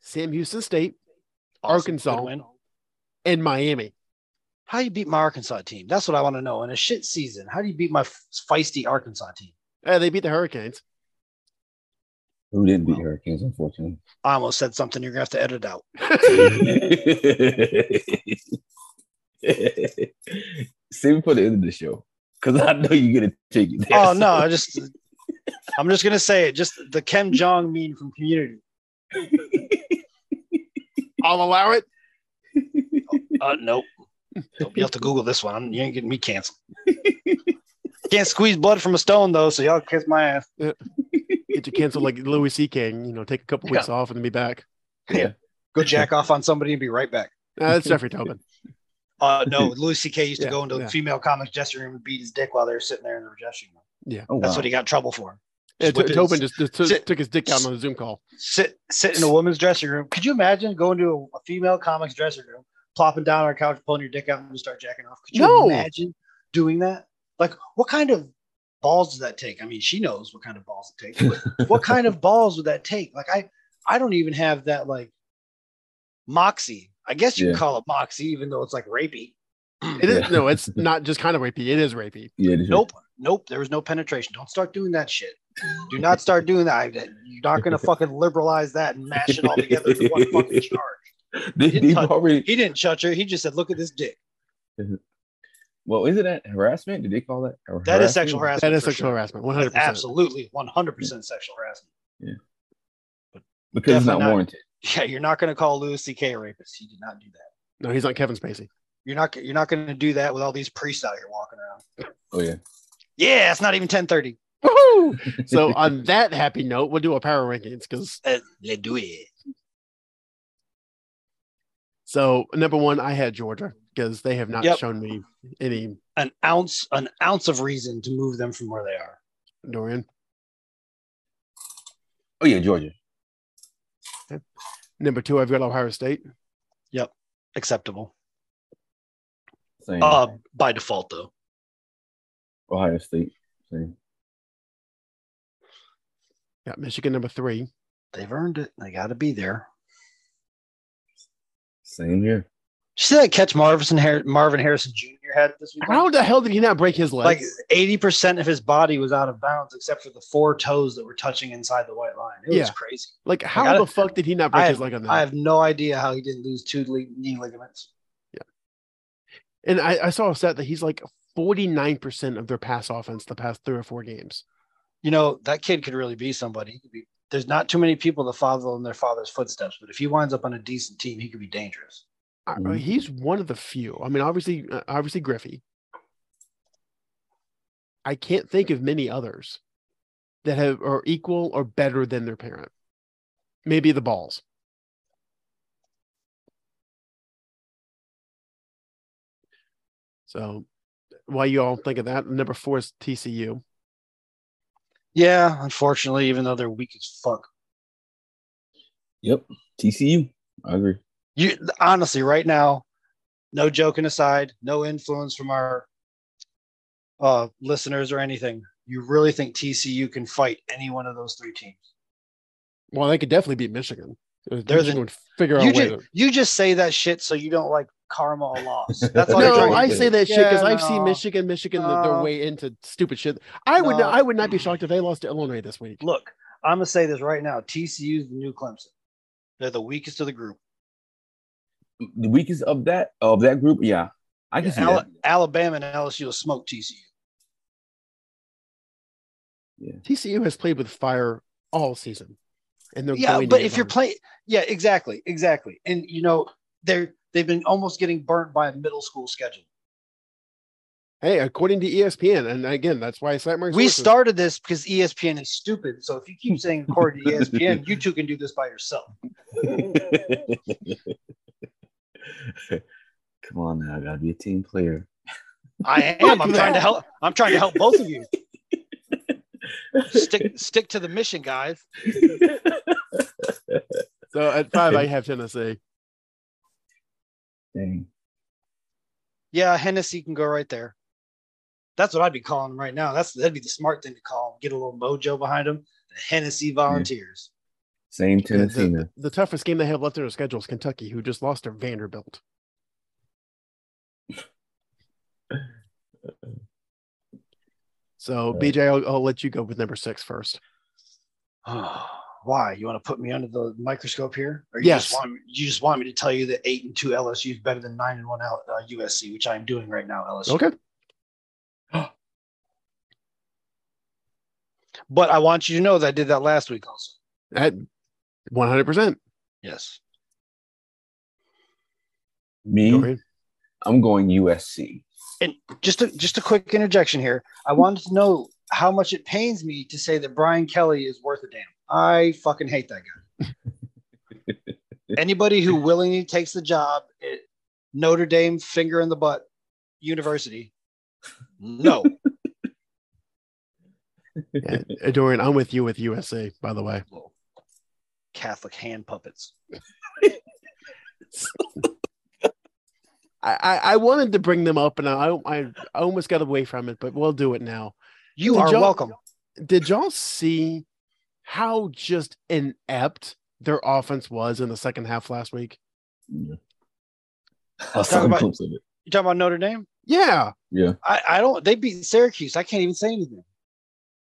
A: Sam Houston State Arkansas.
C: Good win.
A: and Miami.
C: How you beat my Arkansas team? That's what I want to know. In a shit season, how do you beat my f- feisty Arkansas team?
A: Uh, they beat the Hurricanes.
B: Who didn't beat the Hurricanes, unfortunately.
C: I almost said something you're gonna have to edit out.
B: Save it for the end of the show. Cause I know you're gonna take it. there.
C: Oh no, I just I'm just gonna say it. Just the Kem Jong mean from community.
A: I'll allow it.
C: Uh nope. Don't- You'll have to Google this one. I'm- You ain't getting me canceled. Can't squeeze blood from a stone though, so y'all kiss my ass.
A: Get you canceled like Louis C.K. and, You know, take a couple weeks off and then be back.
C: Go jack off on somebody and be right back.
A: Uh, that's Jeffrey Tobin.
C: Uh no, Louis C.K. used to
A: Yeah,
C: go into
A: yeah.
C: the female comics dressing room and beat his dick while they were sitting there in the dressing room.
B: Oh,
C: That's
B: wow.
C: what he got in trouble for.
A: Yeah,
C: Just
A: To-
C: whip his-
A: Tobin just, just took-
C: Sit.
A: took his dick out on a Zoom call.
C: sit sit in a woman's dressing room. Could you imagine going to a, a female comics dressing room, plopping down on a couch, pulling your dick out, and just start jacking off? Could you
A: No.
C: imagine doing that? Like, what kind of balls does that take? I mean, she knows what kind of balls it takes. But what kind of balls would that take? Like, I I don't even have that like moxie. I guess you
B: Yeah.
C: could call it moxie, even though it's like rapey.
A: It is
B: Yeah.
A: no, it's not just kind of rapey. It is rapey.
B: Yeah, this is-
C: Nope, nope. There was no penetration. Don't start doing that shit. Do not start doing that. I- You're not gonna fucking liberalize that and mash it all together into one fucking charge.
B: They,
C: Didn't
B: they've
C: touch-
B: already
C: He didn't touch her. He just said, "Look at this dick."
B: well, isn't that harassment? Did they call that? har-
C: That is sexual
B: harassment?
C: harassment.
A: That is
C: for
A: sexual
C: sure.
A: harassment. One hundred
C: That's
A: percent.
C: Absolutely, one hundred percent sexual harassment.
B: Because it's not
C: Definitely not.
B: warranted.
C: Yeah, you're not going to call Louis C.K. a rapist. He did not do that.
A: No, he's not Kevin Spacey.
C: You're not. You're not going to do that with all these priests out here walking around.
B: Oh yeah.
C: Yeah, it's not even ten thirty.
A: Woohoo! so on that happy note, we'll do our power rankings because
C: Let's Uh, do it.
A: so number one, I had Georgia because they have not
C: Yep.
A: shown me any
C: An ounce, an ounce of reason to move them from where they are.
A: Dorian.
B: Oh yeah, Georgia.
A: Number two, I've got Ohio State.
C: Acceptable.
B: Same.
C: Uh, by default, though.
B: Ohio State. Same.
A: Got Michigan number three.
C: They've earned it. They got to be there.
B: Same here.
C: Did you see that catch Marvin, Har- Marvin Harrison Jr. had this weekend?
A: How the hell did he not break his leg?
C: like eighty percent of his body was out of bounds, except for the four toes that were touching inside the white line. It was
A: Yeah.
C: crazy.
A: Like, how
C: gotta-
A: the fuck did he not break
C: I-
A: his leg on that?
C: I have no idea how he didn't lose two le- knee ligaments.
A: and I, I saw a stat that he's like 49% of their pass offense the past three or four games.
C: You know that kid could really be somebody. He could be. There's not too many people that follow in their father's footsteps, but if he winds up on a decent team, he could be dangerous.
A: I-
C: Mm-hmm.
B: Mhm.
A: He's one of the few. I mean, obviously, uh, obviously Griffey. I can't think of many others that have are equal or better than their parent. Maybe the balls. So, while you all think of that, number four is TCU.
C: Yeah, unfortunately, even though they're weak as fuck.
B: Yep. TCU. I agree.
C: You honestly, right now, no joking aside, no influence from our uh, listeners or anything. you really think TCU can fight any one of those three teams?
A: Well, they could definitely beat Michigan.
C: They're
A: Michigan
C: the-
A: would figure out a
C: You
A: way
C: just,
A: to
C: you just say that shit so you don't like karma or loss. That's all you're
B: they're
A: no,
C: trying
A: I
C: to do.
A: say that shit because
C: Yeah,
A: I've seen
C: no.
A: Michigan, Michigan, th- their
C: No.
A: way into stupid shit. I would,
C: No.
A: I would not be shocked if they lost to Illinois this week.
C: Look, I'm gonna say this right now. TCU's the new Clemson. They're the weakest of the group.
B: The weakest of that of that group, yeah, I can see
C: Al-
B: that.
C: Alabama and LSU will smoke TCU.
A: TCU has played with fire all season, and they're
C: yeah
A: going to
C: but
A: get
C: if you're
A: burned.
C: playing yeah exactly exactly and you know they're they've been almost getting burnt by a middle school schedule
A: hey, according to E ESPN, and again, that's why I cite my
C: we
A: sources,
C: started this because E espn is stupid so if you keep saying E according to espn you two can do this by yourself
B: Come on now, I gotta be a team player.
C: i am i'm trying to help i'm trying to help both of you stick stick to the mission guys
A: So at five, I have Tennessee.
B: Dang.
C: yeah hennessy can go right there that's what i'd be calling him right now that's that'd be the smart thing to call him get a little mojo behind him the hennessy volunteers
B: Same
A: The-
B: Tennessee.
A: the,
B: man.
A: the toughest game they have left on their schedule is Kentucky, who just lost to Vanderbilt. So,
B: Uh,
A: BJ, I'll, I'll let you go with number six first.
C: Why? You want to put me under the microscope here? Or you
A: Yes.
C: Just want, you just want me to tell you that eight and two LSU is better than nine and one L- uh, USC, which I'm doing right now, LSU.
A: Okay.
C: But I want you to know that I did that last week also.
A: At 100%.
C: Yes.
A: Go
B: Me,
A: ahead.
B: I'm going USC.
C: Just a, just a quick interjection here. I wanted to know how much it pains me to say that Brian Kelly is worth a damn. I fucking hate that guy. Anybody who willingly takes the job at Notre Dame finger in the butt university, no.
A: Yeah, Dorian, I'm with you with USC, by the way.
C: little Catholic hand puppets.
A: I, I, I wanted to bring them up and I, I I almost got away from it, but we'll do it now.
C: You
A: Did
C: are
A: y'all-
C: welcome.
A: Did y'all see how just inept their offense was in the second half last week?
B: Yeah. I saw
C: Talk about-
B: clips of it.
C: You talking about Notre Dame?
A: Yeah.
B: Yeah.
C: I, I don't. They beat Syracuse. I can't even say anything.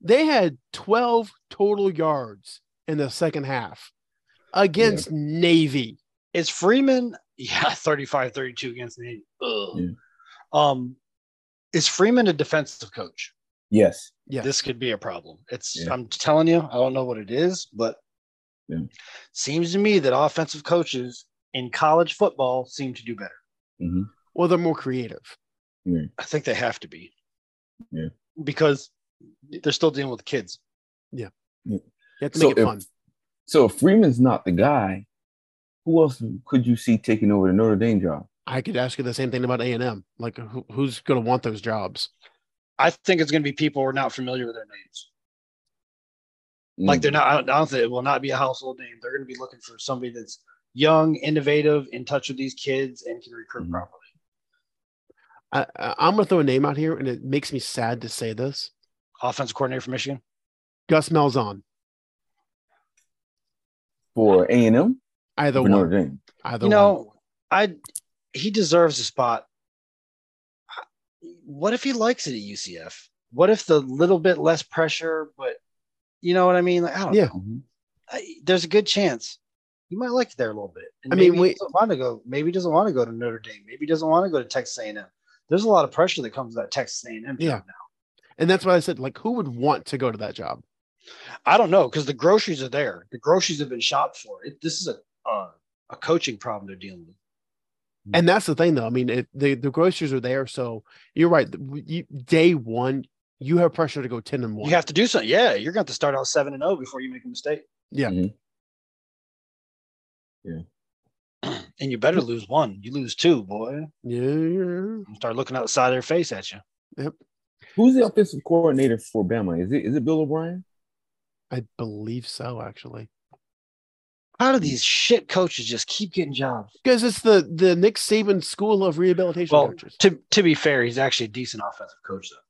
A: they had 12 total yards in the second half against Navy.
C: Is Freeman? Yeah, 35-32 against Navy. Ugh.
B: Yeah.
C: Um, is Freeman a defensive coach?
B: Yes.
A: Yeah.
C: This could be a problem. It's.
B: Yeah.
C: I'm telling you. I don't know what it is, but
B: Yeah.
C: seems to me that offensive coaches in college football seem to do better.
B: hmm
A: well, they're more creative.
C: I think they have to be.
B: Yeah.
C: Because they're still dealing with kids.
A: You have to
B: So
A: make it
B: if-
A: fun.
B: So if Freeman's not the guy, who else could you see taking over the Notre Dame job?
A: I could ask you the same thing about A&M. Like, who, who's going to want those jobs?
C: I think it's going to be people who are not familiar with their names.
B: Mm.
C: Like
A: Mm.
C: they're not. I don't, I don't think it will not be a household name. They're going to be looking for somebody that's young, innovative, in touch with these kids, and can recruit
A: Mm-hmm.
B: Mhm.
C: properly.
A: I, I, I'm going to throw a name out here, and it makes me sad to say this.
C: Offensive coordinator for Michigan.
A: Gus Malzahn.
B: for A and M
A: Either
B: for
A: one.
B: Notre Dame.
A: Either
C: you
A: one.
C: know, I he deserves a spot. What if he likes it at UCF? What if the little bit less pressure, but you know what I mean? Like, I don't
A: Yeah.
B: Mhm.
C: I, there's a good chance he might like it there a little bit. And
A: I mean,
C: maybe he
A: we-
C: doesn't want to go. Maybe he doesn't want to go to Notre Dame. Maybe he doesn't want to go to Texas A&M. There's a lot of pressure that comes with that Texas A&M. job
A: Yeah. And that's why I said, like, who would want to go to that job?
C: now. I don't know because the groceries are there. The groceries have been shopped for. It, this is a uh, a coaching problem they're dealing with.
A: And that's the thing, though. I mean, it, the the groceries are there, so you're right. You, day one, you have pressure to go ten and one.
C: You have to do something. Yeah, you're going to have to start out seven and zero before you make a mistake.
A: Yeah.
B: Mhm.
C: And you better lose one. You lose two, boy.
A: yeah.
C: And Start looking outside their face at you.
B: Who's the offensive coordinator for Bama? Is it is it Bill O'Brien?
A: I believe so, actually,
C: How do these shit coaches just keep getting jobs?
A: because it's the the Nick Saban School of Rehabilitation
C: Well,
A: coaches.
C: To to be fair, he's actually a decent offensive coach though.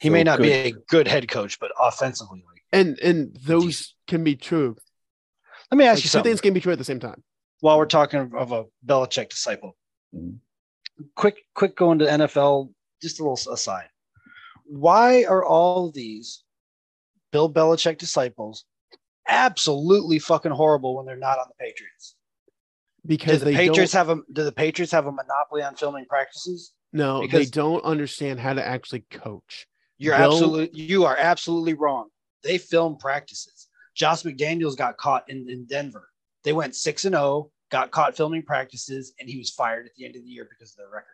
C: He may not be a good head coach, but offensively, like,
A: and and those can be true.
C: let me
A: Like,
C: ask you
A: two
C: something.
A: things can be true at the same time.
C: While we're talking of- of a Belichick disciple,
A: Mm-hmm.
B: Mhm.
C: quick, quick, going to NFL. Just a little s- aside. Why are all these Bill Belichick disciples absolutely fucking horrible when they're not on the Patriots? Do
A: Because
C: the
A: they
C: Patriots
A: don't,
C: have a Do the Patriots have a monopoly on filming practices?
A: no, they
C: because-
A: don't understand how to actually coach.
C: You're
A: Bill-
C: absolutely you are absolutely wrong. They film practices. Josh McDaniels got caught in, in Denver. They went six and zero, got caught filming practices, and he was fired at the end of the year because of their record.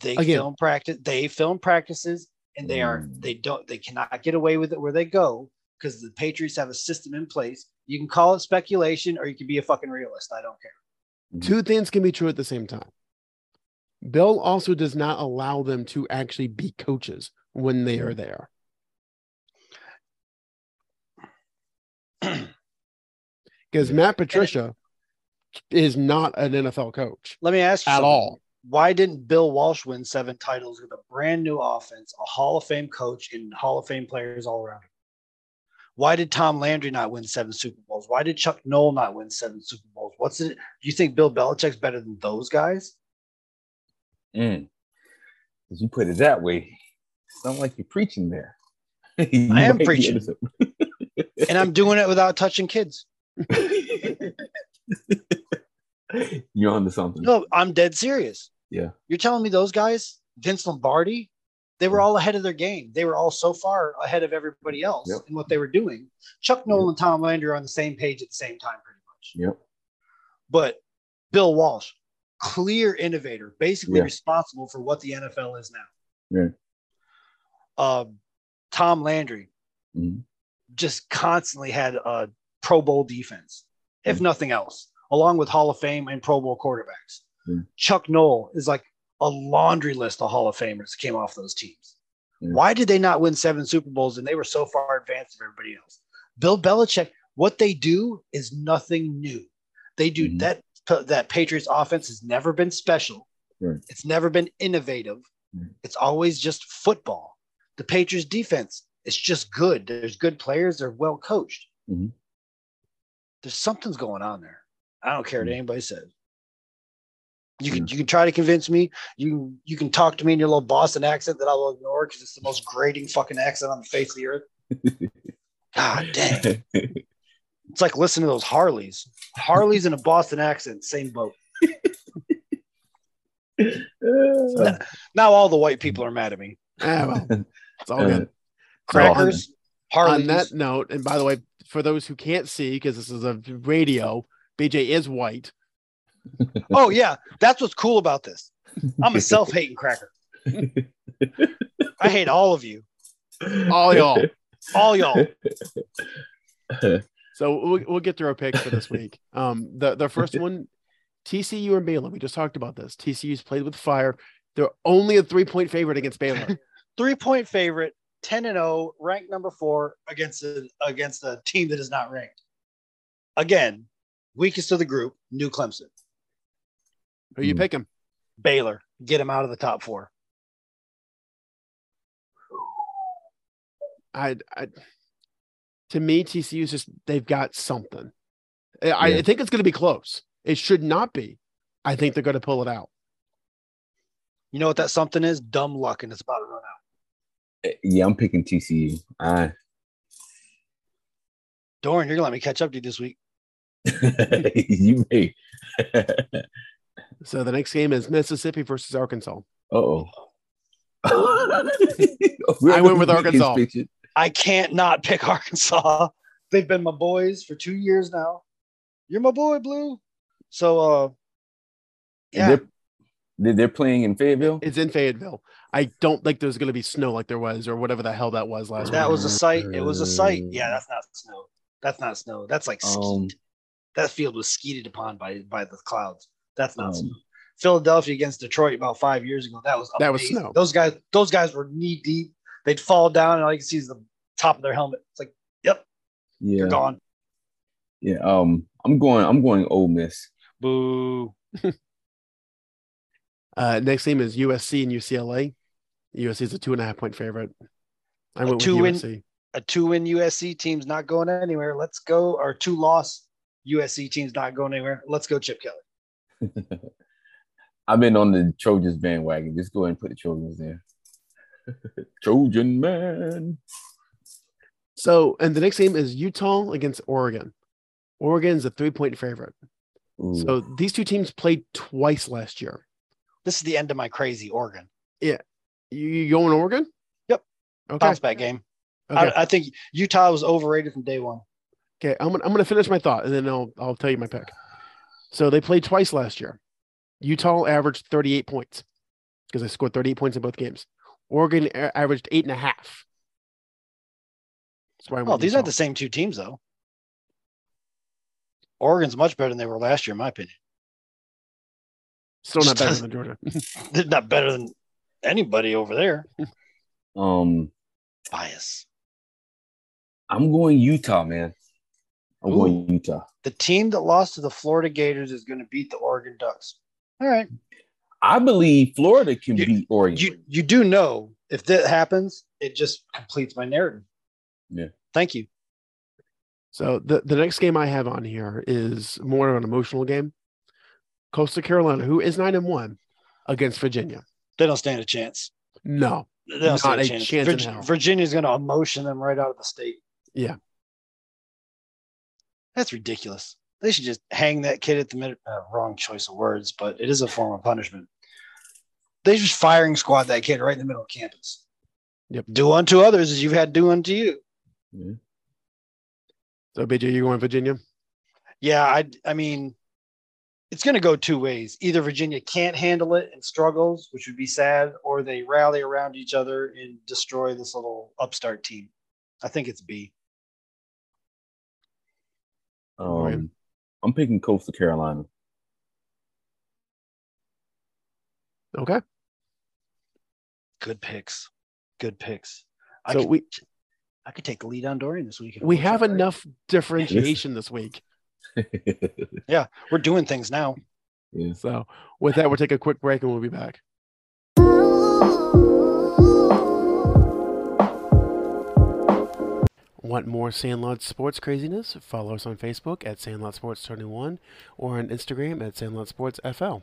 C: They
A: Again.
C: film practice. They film practices, and they are
B: Mm.
C: they don't they cannot get away with it where they go because the Patriots have a system in place. You can call it speculation, or you can be a fucking realist. I don't care.
A: Two things can be true at the same time. Bill also does not allow them to actually be coaches when they are there. Because
B: Yeah.
A: Matt Patricia is not an NFL coach
C: Let me ask you
A: at
C: something.
A: all.
C: why didn't Bill Walsh win seven titles with a brand new offense, a Hall of Fame coach, and Hall of Fame players all around him? Why did Tom Landry not win seven Super Bowls? Why did Chuck Noll not win seven Super Bowls? What's it? Do you think Bill Belichick's better than those guys?
B: Mm. If you put it that way, sound like you're preaching there. I
C: am preaching. And I'm doing it without touching kids.
B: you're onto something.
C: No, I'm dead serious.
B: Yeah.
C: You're telling me those guys, Vince Lombardi, they were all ahead of their game. They were all so far ahead of everybody else
B: Yep.
C: in what they were doing. Chuck Noll and Tom Landry are on the same page at the same time, pretty much.
B: Yep.
C: but Bill Walsh, clear innovator, basically
B: Yeah.
C: responsible for what the NFL is now.
B: Yeah.
C: Um, Tom Landry
B: Mhm.
C: just constantly had a Pro Bowl defense, if
B: Mhm.
C: nothing else, along with Hall of Fame and Pro Bowl quarterbacks.
B: Mhm.
C: Chuck Knoll is like a laundry list of Hall of Famers that came off those teams.
B: Mhm.
C: Why did they not win seven Super Bowls and they were so far advanced of everybody else? Bill Belichick, what they do is nothing new. They do
B: Mhm.
C: that. That Patriots offense has never been special.
B: Right.
C: It's never been innovative.
B: Right.
C: It's always just football. The Patriots defense, it's just good. There's good players. They're well coached.
B: Mhm.
C: There's something's going on there. I don't care what
B: Mhm.
C: anybody says. You can you can try to convince me. You can- you can talk to me in your little Boston accent that I will ignore because it's the most grating fucking accent on the face of the earth. God damn. It's like listening to those Harleys. Harleys in a Boston accent, same boat.
B: Uh,
C: Now all the white people are mad at me.
A: Ah, well, it's all good. So on-
C: Crackers, Harleys.
A: on that note, and by the way, for those who can't see, because this is a radio, BJ is white.
C: oh yeah, that's what's cool about this. I'm a self-hating cracker. I hate all of you,
A: All y'all.
C: all y'all.
A: So we'll, we'll get through our picks for this week. Um, the the first one, TCU and Baylor. We just talked about this. TCU's played with fire. They're only a three point favorite against Baylor.
C: Three-point favorite, ten and zero, ranked number four against a, against a team that is not ranked. Again, weakest of the group, New Clemson,
A: Who you
B: Hmm.
A: pick them?
C: Baylor. Get them out of the top four.
A: I, I to me, TCU's just they've got something. I, I
B: Yeah.
A: think it's going to be close. It should not be. I think they're going to pull it out.
C: You know what that something is? Dumb luck, and it's about to run out.
B: yeah, I'm picking TCU. I
C: Doran, you're gonna let me catch up to you this week.
B: you may. uh
A: So the next game is Mississippi versus Arkansas.
B: oh.
A: I went with Arkansas.
C: I can't not pick Arkansas. They've been my boys for two years now. You're my boy, Blue. So, uh, yeah,
B: They're, they're- they're playing in Fayetteville.
A: It's in Fayetteville. I don't think there's going to be snow like there was or whatever the hell that was last
C: that
A: week.
C: was a sight. It was a sight. Yeah, that's not snow. That's not snow. That's like skeet.
B: Um,
C: that field was skeeted upon by by the clouds. That's not
B: Um,
C: snow. Philadelphia against Detroit about five years ago. That was
A: That was
C: amazing.
A: snow.
C: Those guys, those guys were knee deep. They'd fall down, and all you can see is the top of their helmet. It's like
B: yeah,
C: they're gone.
B: yeah. Um, I'm going. I'm going. Ole Miss.
C: Boo.
A: Uh, next game is USC and UCLA. USC is a two and a half point favorite. I went
C: two
A: with
C: win-
A: USC.
C: A two-win USC team's not going anywhere. Let's go. Or two-loss USC team's not going anywhere. Let's go, Chip Kelly.
D: I've been on the Trojans bandwagon. Just go ahead and put the Trojans there. Trojan man.
A: So, and the next game is Utah against Oregon. Oregon's a three point favorite.
D: Ooh.
A: So these two teams played twice last year.
C: This is the end of my crazy Oregon
A: You, you going Oregon?
C: Yep.
A: Okay.
C: bounce back game.
A: Okay.
C: I, I think Utah was overrated from day one.
A: Okay, I'm gonna, I'm gonna finish my thought and then I'll I'll tell you my pick. So they played twice last year. Utah averaged 38 points because they scored 38 points in both games. Oregon a- averaged eight and a half. That's why I'm
C: Well,
A: with
C: these aren't
A: Utah.
C: the same two teams though. Oregon's much better than they were last year, in my opinion.
A: still not better than Georgia.
C: They're not better than anybody over there.
B: Um,
C: Bias.
B: I'm going Utah, man.
D: I'm going Utah.
C: The team that lost to the Florida Gators is going to beat the Oregon Ducks. All right.
B: I believe Florida can
C: You-
B: beat Oregon.
C: You you do know if that happens, it just completes my narrative.
D: Yeah.
C: Thank you.
A: So the, the next game I have on here is more of an emotional game. Coastal Carolina, who is nine and one, against Virginia.
C: They don't stand a chance.
A: No,
C: They don't
A: Not
C: stand a
A: a
C: chance.
A: chance in
C: Virg-
A: hell.
C: Virginia's going to emotion them right out of the state.
A: Yeah.
C: That's ridiculous. They should just hang that kid at the minute. Uh, wrong choice of words, but it is a form of punishment. They just firing squad that kid right in the middle of campus.
A: Yep.
C: Do unto others as you've had do unto you.
A: so BJ, you going Virginia?
C: Yeah, I I mean, it's going to go two ways. Either Virginia can't handle it and struggles, which would be sad, or they rally around each other and destroy this little upstart team. I think it's B.
D: Um, I'm picking Coastal Carolina.
A: Okay,
C: Good picks. Good picks. I,
A: so
C: could,
A: we
C: I could take the lead on Dorian this weekend.
A: we have enough differentiation this week.
C: We're doing things now.
A: So with that, we'll take a quick break and we'll be back. Want more Sandlot Sports craziness? Follow us on Facebook at Sandlot Sports 21 or on Instagram at Sandlot Sports FL.